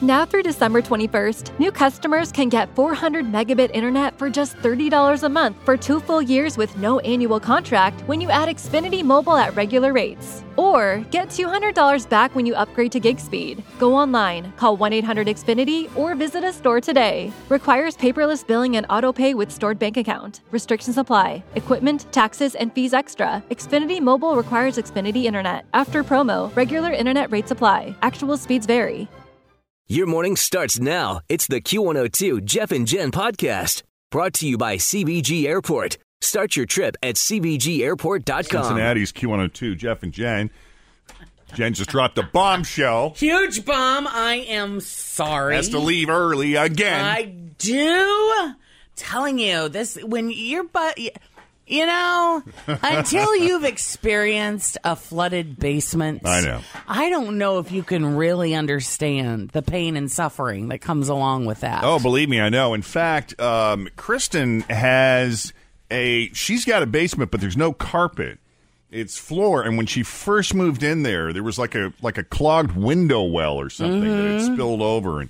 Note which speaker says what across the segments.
Speaker 1: Now through December 21st, new customers can get 400 megabit internet for just $30 a month for two full years with no annual contract when you add Xfinity Mobile at regular rates. Or get $200 back when you upgrade to gig speed. Go online, call 1 800 Xfinity, or visit a store today. Requires paperless billing and auto pay with stored bank account. Restrictions apply. Equipment, taxes, and fees extra. Xfinity Mobile requires Xfinity Internet. After promo, regular internet rates apply. Actual speeds vary.
Speaker 2: Your morning starts now. It's the Q102 Jeff and Jen podcast brought to you by CBG Airport. Start your trip at CBGAirport.com.
Speaker 3: Cincinnati's Q102, Jeff and Jen. Jen just dropped a bombshell.
Speaker 4: Huge bomb. I am sorry.
Speaker 3: Has to leave early again.
Speaker 4: I do. Telling you this when you're but you know until you've experienced a flooded basement.
Speaker 3: I know.
Speaker 4: I don't know if you can really understand the pain and suffering that comes along with that.
Speaker 3: oh, believe me, I know. In fact, um, Kristen has a. She's got a basement, but there's no carpet. It's floor, and when she first moved in there, there was like a like a clogged window well or something that
Speaker 4: Mm-hmm.
Speaker 3: had spilled over, and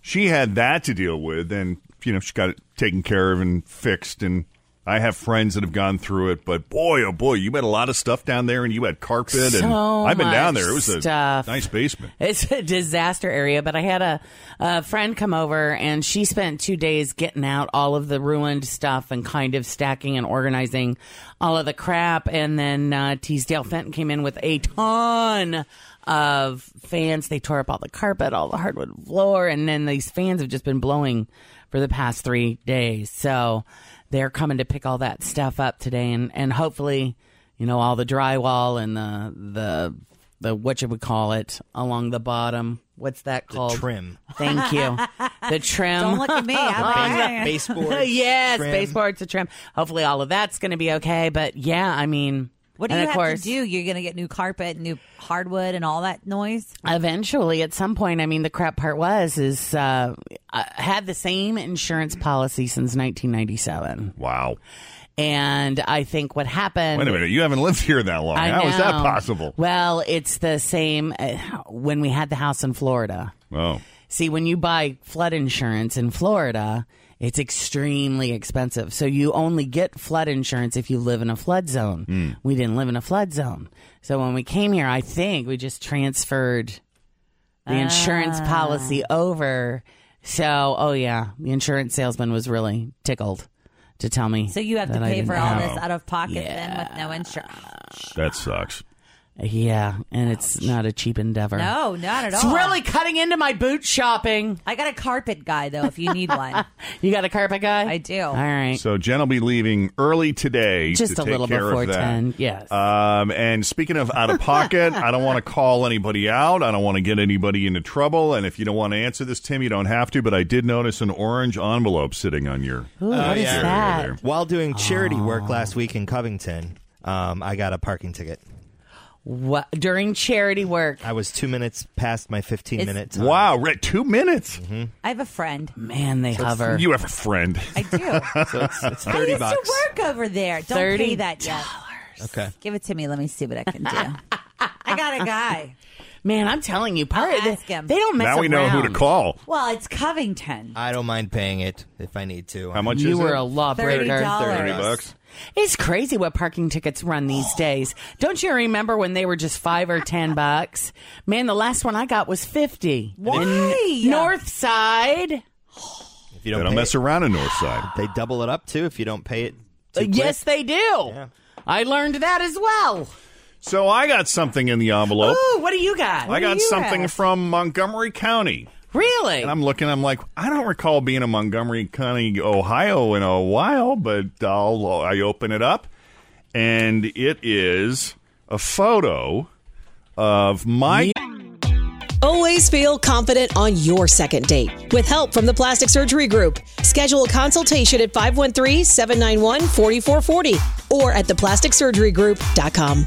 Speaker 3: she had that to deal with. And you know, she got it taken care of and fixed. And I have friends that have gone through it, but boy, oh boy, you had a lot of stuff down there, and you had carpet. and
Speaker 4: So
Speaker 3: I've been down
Speaker 4: much
Speaker 3: there; it was a
Speaker 4: stuff.
Speaker 3: nice basement.
Speaker 4: It's a disaster area, but I had a, a friend come over and she spent two days getting out all of the ruined stuff and kind of stacking and organizing all of the crap. And then uh, Teasdale Fenton came in with a ton of fans. They tore up all the carpet, all the hardwood floor, and then these fans have just been blowing for the past three days. So they're coming to pick all that stuff up today and, and hopefully, you know, all the drywall and the, the, the what you would call it along the bottom. What's that called?
Speaker 5: trim.
Speaker 4: Thank you. The trim.
Speaker 6: Don't look at me. I'm all right.
Speaker 5: Baseboards.
Speaker 4: yes,
Speaker 5: trim.
Speaker 4: baseboards, the trim. Hopefully, all of that's going to be okay. But yeah, I mean,
Speaker 6: What do
Speaker 4: and
Speaker 6: you
Speaker 4: of
Speaker 6: have
Speaker 4: course,
Speaker 6: to do? You're going to get new carpet, new hardwood, and all that noise.
Speaker 4: Eventually, at some point, I mean, the crap part was is uh, I had the same insurance policy since 1997,
Speaker 3: Wow!
Speaker 4: and I think what happened.
Speaker 3: Wait a minute, you haven't lived here that long.
Speaker 4: I
Speaker 3: How is that
Speaker 4: know.
Speaker 3: possible?
Speaker 4: Well, it's the same uh, when we had the house in Florida.
Speaker 3: Oh.
Speaker 4: See, when you buy flood insurance in Florida, it's extremely expensive. So you only get flood insurance if you live in a flood zone.
Speaker 3: Hmm.
Speaker 4: We didn't live in a flood zone. So when we came here, I think we just transferred the insurance
Speaker 6: Ah.
Speaker 4: policy over. So, oh yeah, the insurance salesman was really tickled to tell me.
Speaker 6: So you have to
Speaker 4: that I
Speaker 6: pay
Speaker 4: didn't
Speaker 6: for all
Speaker 4: have-
Speaker 6: this out of pocket then with no insurance.
Speaker 3: That sucks.
Speaker 4: Yeah, and it's not a cheap endeavor.
Speaker 6: No, not at
Speaker 4: It's
Speaker 6: all.
Speaker 4: really cutting into my boot shopping.
Speaker 6: I got a carpet guy though. If you need one,
Speaker 4: You got a carpet guy?
Speaker 6: I do.
Speaker 4: All right.
Speaker 3: So Jen will be leaving early today.
Speaker 4: Just
Speaker 3: to
Speaker 4: a
Speaker 3: take
Speaker 4: little
Speaker 3: care of
Speaker 4: before
Speaker 3: that.
Speaker 4: 10. Yes.
Speaker 3: Um, and speaking of out of pocket, I don't want to call anybody out. I don't want to get anybody into trouble. And if you don't want to answer this, Tim, you don't have to. But I did notice an orange envelope sitting on your.
Speaker 4: Ooh,
Speaker 5: Oh,
Speaker 4: what is
Speaker 5: yeah.
Speaker 4: that?
Speaker 3: There.
Speaker 5: While doing charity work last week in Covington, um, I got a parking ticket.
Speaker 4: What during charity work?
Speaker 5: I was two minutes past my 15
Speaker 6: It's-
Speaker 5: minute time.
Speaker 3: Wow, right, two minutes.
Speaker 6: I have a friend.
Speaker 4: Man, they hover.
Speaker 3: You have a friend.
Speaker 6: I do.
Speaker 5: So it's, it's
Speaker 6: I
Speaker 5: 30
Speaker 6: used
Speaker 5: bucks.
Speaker 6: to work over there. Don't
Speaker 4: $30.
Speaker 6: pay that yet.
Speaker 5: Okay.
Speaker 6: Give it to me. Let me see what I can do. I got a guy.
Speaker 4: Man, I'm telling you, pirate. They,
Speaker 6: ask him.
Speaker 4: they don't mess
Speaker 3: Now we know who to
Speaker 4: around.
Speaker 3: call.
Speaker 6: Well, it's Covington.
Speaker 5: I don't mind paying it if I need to.
Speaker 3: How much
Speaker 4: You
Speaker 3: is
Speaker 4: were
Speaker 3: it?
Speaker 4: a lawbreaker.
Speaker 6: $30.
Speaker 3: Thirty
Speaker 5: Yes.
Speaker 3: bucks.
Speaker 4: It's crazy what parking tickets run these days. Don't you remember when they were just five or ten bucks? Man, the last one I got was fifty.
Speaker 6: Why?
Speaker 4: North Side.
Speaker 5: If you
Speaker 3: They
Speaker 5: don't,
Speaker 3: don't
Speaker 5: pay
Speaker 3: mess
Speaker 5: it,
Speaker 3: around in North Side.
Speaker 5: They double it up too if you don't pay it. too
Speaker 4: Uh, yes,
Speaker 5: quick.
Speaker 4: they do. I learned that as well.
Speaker 3: So I got something in the envelope.
Speaker 4: Ooh, Oh, what do you got?
Speaker 3: Oh. I got something from Montgomery County.
Speaker 4: really?
Speaker 3: And I'm looking, I'm like, I don't recall being in Montgomery County, Ohio in a while, but I'll, I open it up, and it is a photo of my
Speaker 7: Always feel confident on your second date. With help from the Plastic Surgery Group, schedule a consultation at 513 791 4440 or at theplasticsurgerygroup.com.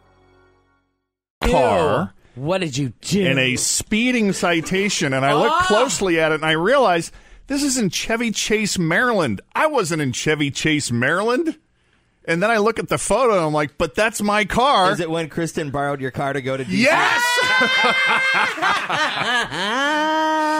Speaker 3: car
Speaker 4: what did you do?
Speaker 3: in a speeding citation, and I look closely at it, and I realize this is in Chevy Chase, Maryland. I wasn't in Chevy Chase, Maryland. And then I look at the photo, and I'm like, but that's my car.
Speaker 5: Is it when Kristen borrowed your car to go to DC?
Speaker 3: Yes!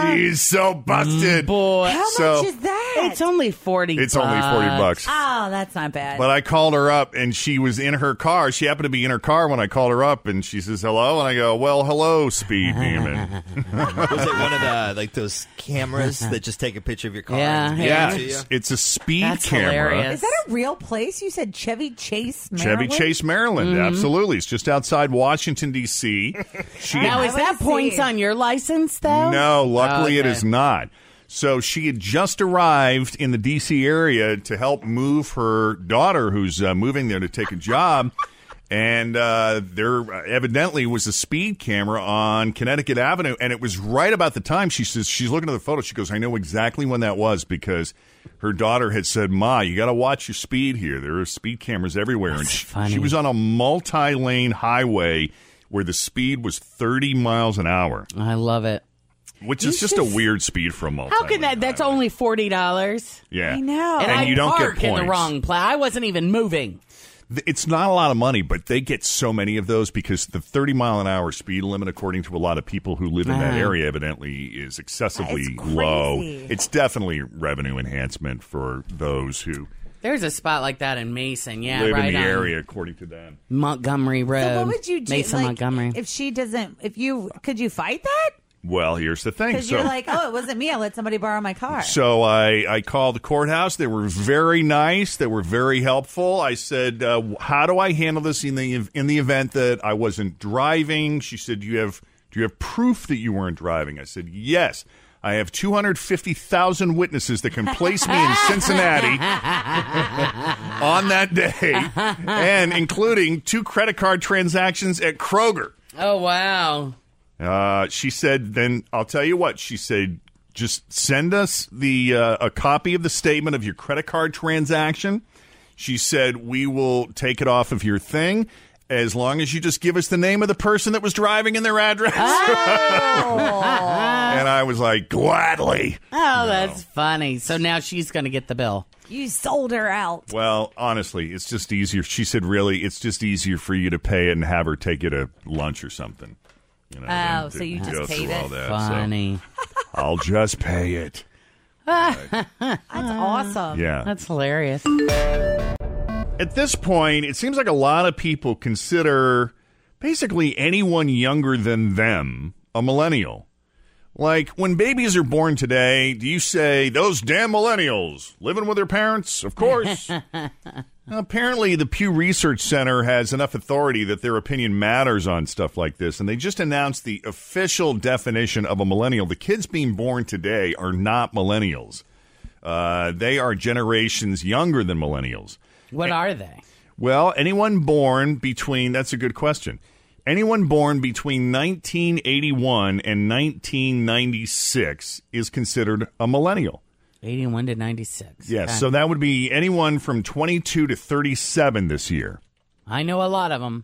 Speaker 3: She's so busted.
Speaker 4: boy.
Speaker 6: How
Speaker 3: So-
Speaker 6: much is that?
Speaker 4: It's only forty.
Speaker 3: It's only 40 bucks.
Speaker 6: oh, that's not bad.
Speaker 3: But I called her up and she was in her car. She happened to be in her car when I called her up and she says hello. And I go, well, hello, speed demon.
Speaker 5: Was it one of the like those cameras that just take a picture of your car?
Speaker 4: Yeah,
Speaker 5: and
Speaker 4: yeah.
Speaker 5: hand it to you?
Speaker 3: It's, it's a speed
Speaker 4: That's
Speaker 3: camera.
Speaker 4: hilarious.
Speaker 6: is that a real place? You said Chevy Chase,
Speaker 3: Chevy
Speaker 6: Maryland?
Speaker 3: Chase, Maryland.
Speaker 4: Mm-hmm.
Speaker 3: Absolutely. It's just outside Washington, D.C. She
Speaker 4: Now
Speaker 6: I
Speaker 4: is
Speaker 6: wanna
Speaker 4: that points
Speaker 6: see.
Speaker 4: on your license though?
Speaker 3: No, luckily it
Speaker 4: Okay.
Speaker 3: is not. So she had just arrived in the D.C. area to help move her daughter, who's uh, moving there to take a job. And uh, there evidently was a speed camera on Connecticut Avenue, and it was right about the time she says she's looking at the photo. She goes, "I know exactly when that was because her daughter had said, "Ma, you got to watch your speed here. There are speed cameras everywhere." and she,
Speaker 4: funny.
Speaker 3: she was on a multi-lane highway where the speed was 30 miles an hour
Speaker 4: I love it.
Speaker 3: which is just a weird speed for a multi.
Speaker 4: How can that? That's only forty dollars,
Speaker 3: yeah.
Speaker 6: I know.
Speaker 4: and,
Speaker 3: And
Speaker 4: I
Speaker 3: you don't get
Speaker 4: park in the
Speaker 3: points.
Speaker 4: wrong place. I wasn't even moving.
Speaker 3: Th- It's not a lot of money, but they get so many of those because the 30 mile an hour speed limit, according to a lot of people who live in that area, evidently is excessively
Speaker 6: It's crazy.
Speaker 3: low. It's definitely revenue enhancement for those who
Speaker 4: There's a spot like that in Mason, yeah,
Speaker 3: live
Speaker 4: right
Speaker 3: in the
Speaker 4: on
Speaker 3: area, according to them.
Speaker 4: Montgomery Road.
Speaker 6: So what would you do?
Speaker 4: Mason
Speaker 6: like,
Speaker 4: Montgomery?
Speaker 6: If she doesn't, if you could you fight that?
Speaker 3: Well, here's the thing.
Speaker 6: Because
Speaker 3: So,
Speaker 6: you're like, oh, it wasn't me. I let somebody borrow my car.
Speaker 3: so I, I called the courthouse. They were very nice. They were very helpful. I said, uh, "How do I handle this in the in the event that I wasn't driving?" She said, "Do you have do you have proof that you weren't driving?" I said, "Yes." I have 250,000 witnesses that can place me in Cincinnati on that day, and including two credit card transactions at Kroger.
Speaker 4: oh wow,
Speaker 3: Uh, she said, "Then I'll tell you what." She said, "Just send us the uh, a copy of the statement of your credit card transaction." She said, "We will take it off of your thing." As long as you just give us the name of the person that was driving and their address.
Speaker 6: Oh.
Speaker 3: and I was like, gladly.
Speaker 4: oh that's funny. So now she's going to get the bill.
Speaker 6: you sold her out.
Speaker 3: Well, honestly, it's just easier. She said, really, it's just easier for you to pay it and have her take you to lunch or something. You know,
Speaker 6: Oh,
Speaker 3: than
Speaker 6: so
Speaker 3: to
Speaker 6: you just
Speaker 3: go
Speaker 6: paid
Speaker 3: through
Speaker 6: it?
Speaker 3: all that. So,
Speaker 4: Funny,
Speaker 3: I'll just pay it.
Speaker 6: That's awesome.
Speaker 3: Yeah.
Speaker 4: Uh, that's hilarious.
Speaker 3: at this point, it seems like a lot of people consider basically anyone younger than them a millennial. Like when babies are born today, do you say those damn millennials living with their parents? Of course. Apparently, the Pew Research Center has enough authority that their opinion matters on stuff like this, and they just announced the official definition of a millennial. The kids being born today are not millennials, uh, they are generations younger than millennials.
Speaker 4: What are they?
Speaker 3: Well, anyone born between, that's a good question. Anyone born between 1981 and 1996 is considered a millennial.
Speaker 4: 81 to 96.
Speaker 3: Yes,
Speaker 4: Okay.
Speaker 3: so that would be anyone from 22 to 37 this year.
Speaker 4: I know a lot of them.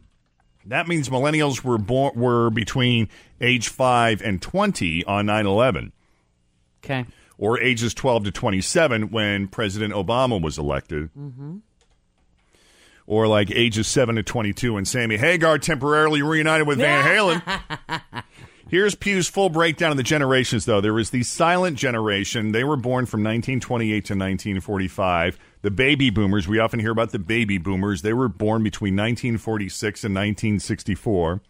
Speaker 3: That means millennials were born were between age 5 and 20 on 9/11.
Speaker 4: Okay.
Speaker 3: Or ages 12 to 27 when President Obama was elected.
Speaker 8: Mm-hmm.
Speaker 3: Or like ages 7 to 22 when Sammy Hagar temporarily reunited with Van Halen. Here's Pew's full breakdown of the generations, though. There was the silent generation. They were born from 1928 to 1945. The baby boomers, we often hear about the baby boomers. They were born between 1946 and 1964.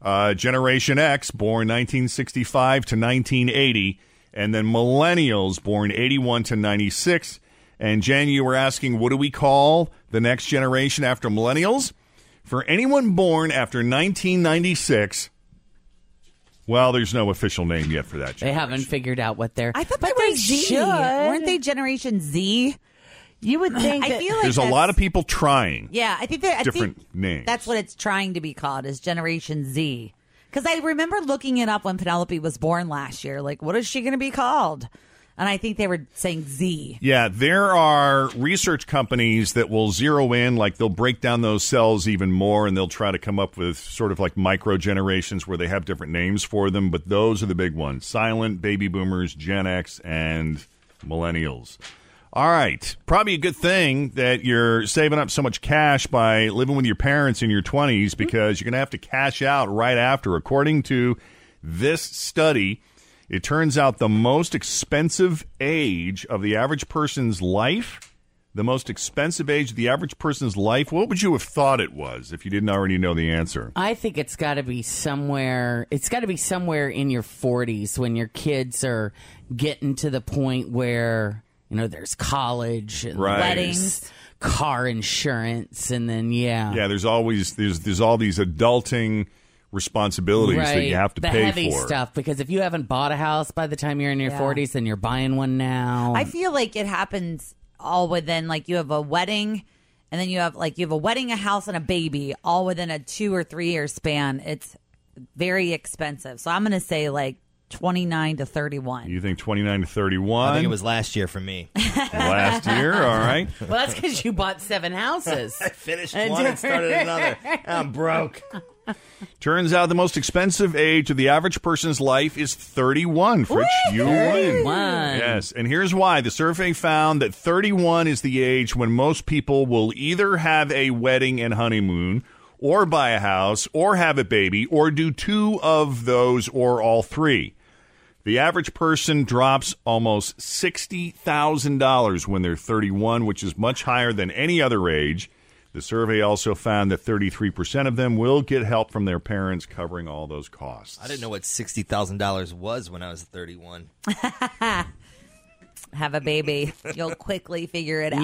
Speaker 3: Uh, generation X, born 1965 to 1980. And then millennials, born 81 to 96. And Jen, you were asking, what do we call the next generation after millennials? For anyone born after 1996, well, there's no official name yet for that.
Speaker 4: They haven't figured out what they're.
Speaker 6: I thought
Speaker 4: But
Speaker 6: they were
Speaker 4: they
Speaker 6: Z.
Speaker 4: should.
Speaker 6: Weren't they Generation Z?
Speaker 4: You would think.
Speaker 6: I
Speaker 4: that-
Speaker 6: feel like
Speaker 3: There's a
Speaker 6: that's-
Speaker 3: lot of people trying.
Speaker 6: Yeah, I think that I
Speaker 3: Different
Speaker 6: think
Speaker 3: names.
Speaker 6: That's what it's trying to be called is Generation Z. Because I remember looking it up when Penelope was born last year. Like, what is she going to be called? And I think they were saying Z.
Speaker 3: Yeah, there are research companies that will zero in, like they'll break down those cells even more and they'll try to come up with sort of like micro generations where they have different names for them, but those are the big ones silent, baby boomers, Gen X, and millennials. All right. Probably a good thing that you're saving up so much cash by living with your parents in your 20s because you're going to have to cash out right after. According to this study, it turns out the most expensive age of the average person's life, the most expensive age of the average person's life, what would you have thought it was if you didn't already know the answer?
Speaker 4: I think it's got to be somewhere. It's got to be somewhere in your 40s when your kids are getting to the point where you know there's college and
Speaker 3: Right.
Speaker 4: there's car insurance, and then yeah,
Speaker 3: Yeah, there's always there's there's all these adulting responsibilities
Speaker 4: right,
Speaker 3: that you have to
Speaker 4: the
Speaker 3: pay
Speaker 4: heavy
Speaker 3: for.
Speaker 4: stuff. Because if you haven't bought a house by the time you're in your
Speaker 6: Yeah.
Speaker 4: 40s, then you're buying one now.
Speaker 6: I feel like it happens all within like you have a wedding, and then you have like you have a wedding, a house, and a baby all within a two or three year span. It's very expensive. So I'm going to say like 29 to 31.
Speaker 3: You think 29 to 31?
Speaker 5: I think it was last year for me.
Speaker 3: last year, all right.
Speaker 4: well, that's because you bought seven houses. I
Speaker 5: finished one and started another. I'm broke.
Speaker 3: Turns out the most expensive age of the average person's life is 31, Fritz. You win.
Speaker 4: 31.
Speaker 3: Yes, and here's why. The survey found that 31 is the age when most people will either have a wedding and honeymoon, or buy a house, or have a baby, or do two of those, or all three. The average person drops almost $60,000 when they're 31, which is much higher than any other age. The survey also found that 33% of them will get help from their parents covering all those costs.
Speaker 5: I didn't know what sixty thousand dollars was when I was thirty-one.
Speaker 6: Have a baby. You'll quickly figure it out.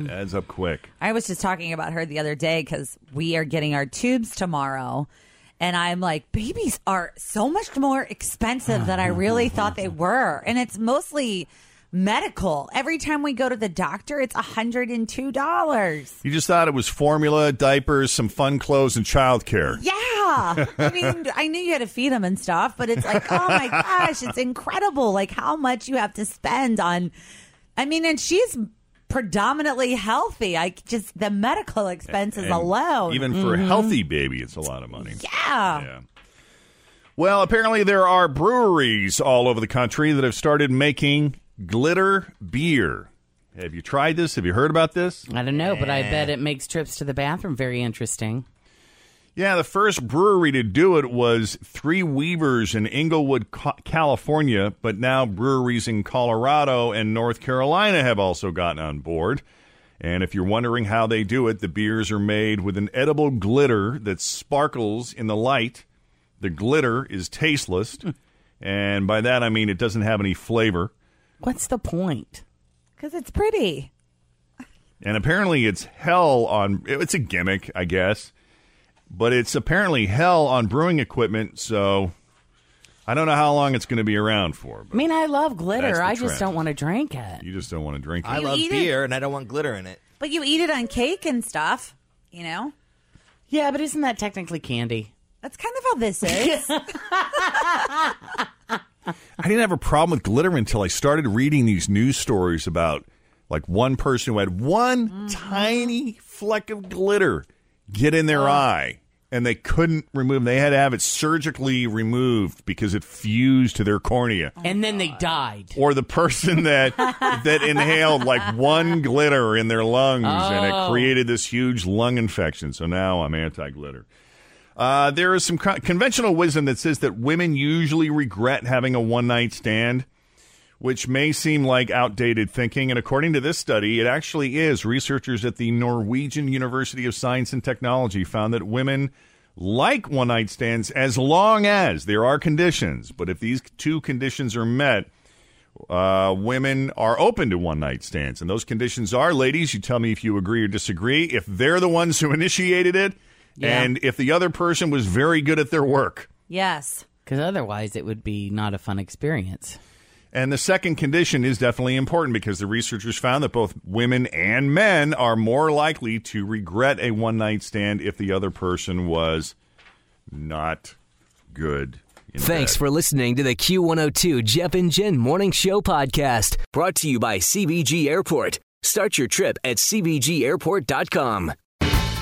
Speaker 3: It adds up quick.
Speaker 6: I was just talking about her the other day because we are getting our tubes tomorrow. And I'm like, babies are so much more expensive than I really thought they were. And it's mostly medical. Every time we go to the doctor, it's $102.
Speaker 3: You just thought it was formula, diapers, some fun clothes, and childcare.
Speaker 6: Yeah. I mean, I knew you had to feed them and stuff, but it's like, oh my gosh, it's incredible. Like how much you have to spend on. I mean, and she's predominantly healthy. Like just the medical expenses
Speaker 3: And
Speaker 6: alone. Mm-hmm.
Speaker 3: Even for a healthy baby, it's a lot of money.
Speaker 6: Yeah.
Speaker 3: Well, apparently there are breweries all over the country that have started making glitter beer. Have you tried this? Have you heard about this?
Speaker 4: I don't know, but I bet it makes trips to the bathroom very interesting.
Speaker 3: Yeah, the first brewery to do it was Three Weavers in Inglewood, Ca- California, but now breweries in Colorado and North Carolina have also gotten on board. And if you're wondering how they do it, the beers are made with an edible glitter that sparkles in the light. The glitter is tasteless And by that, I mean it doesn't have any flavor.
Speaker 4: What's the point?
Speaker 6: Because it's pretty.
Speaker 3: And apparently, it's hell on. It's a gimmick, I guess. But it's apparently hell on brewing equipment. So I don't know how long it's going to be around for.
Speaker 4: I mean, I love
Speaker 3: That's
Speaker 4: glitter.
Speaker 3: the
Speaker 4: I just
Speaker 3: trend.
Speaker 4: don't want to drink it.
Speaker 3: You just don't want to drink it.
Speaker 5: I love beer, and I don't want glitter in it.
Speaker 6: But you eat it on cake and stuff, you know?
Speaker 4: Yeah, but isn't that technically candy?
Speaker 6: That's kind of how this is.
Speaker 3: I didn't have a problem with glitter until I started reading these news stories about like one person who had one tiny fleck of glitter get in their eye and they couldn't remove they had to have it surgically removed because it fused to their cornea
Speaker 4: and then they died.
Speaker 3: or the person that that inhaled like one glitter in their lungs and it
Speaker 4: Oh.
Speaker 3: created this huge lung infection so now i'm anti-glitter uh, there is some co- conventional wisdom that says that women usually regret having a one night stand, which may seem like outdated thinking. And according to this study, it actually is. Researchers at the Norwegian University of Science and Technology found that women like one night stands as long as there are conditions. But if these two conditions are met, uh, women are open to one night stands. And those conditions are, ladies, you tell me if you agree or disagree. If they're the ones who initiated it,
Speaker 4: Yeah.
Speaker 3: and if the other person was very good at their work.
Speaker 6: yes.
Speaker 4: Because otherwise, it would be not a fun experience.
Speaker 3: And the second condition is definitely important because the researchers found that both women and men are more likely to regret a one night stand if the other person was not good. in
Speaker 2: Thanks
Speaker 3: bed.
Speaker 2: for listening to the Q102 Jeff and Jen Morning Show podcast brought to you by CBG Airport. Start your trip at CBGAirport.com.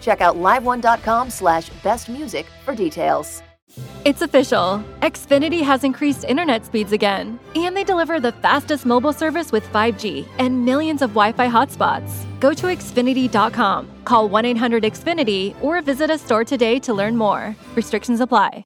Speaker 9: Check out liveone.com slash best music for details.
Speaker 1: It's official. Xfinity has increased internet speeds again, and they deliver the fastest mobile service with 5G and millions of Wi Fi hotspots. Go to Xfinity.com, call 1 800 Xfinity, or visit a store today to learn more. Restrictions apply.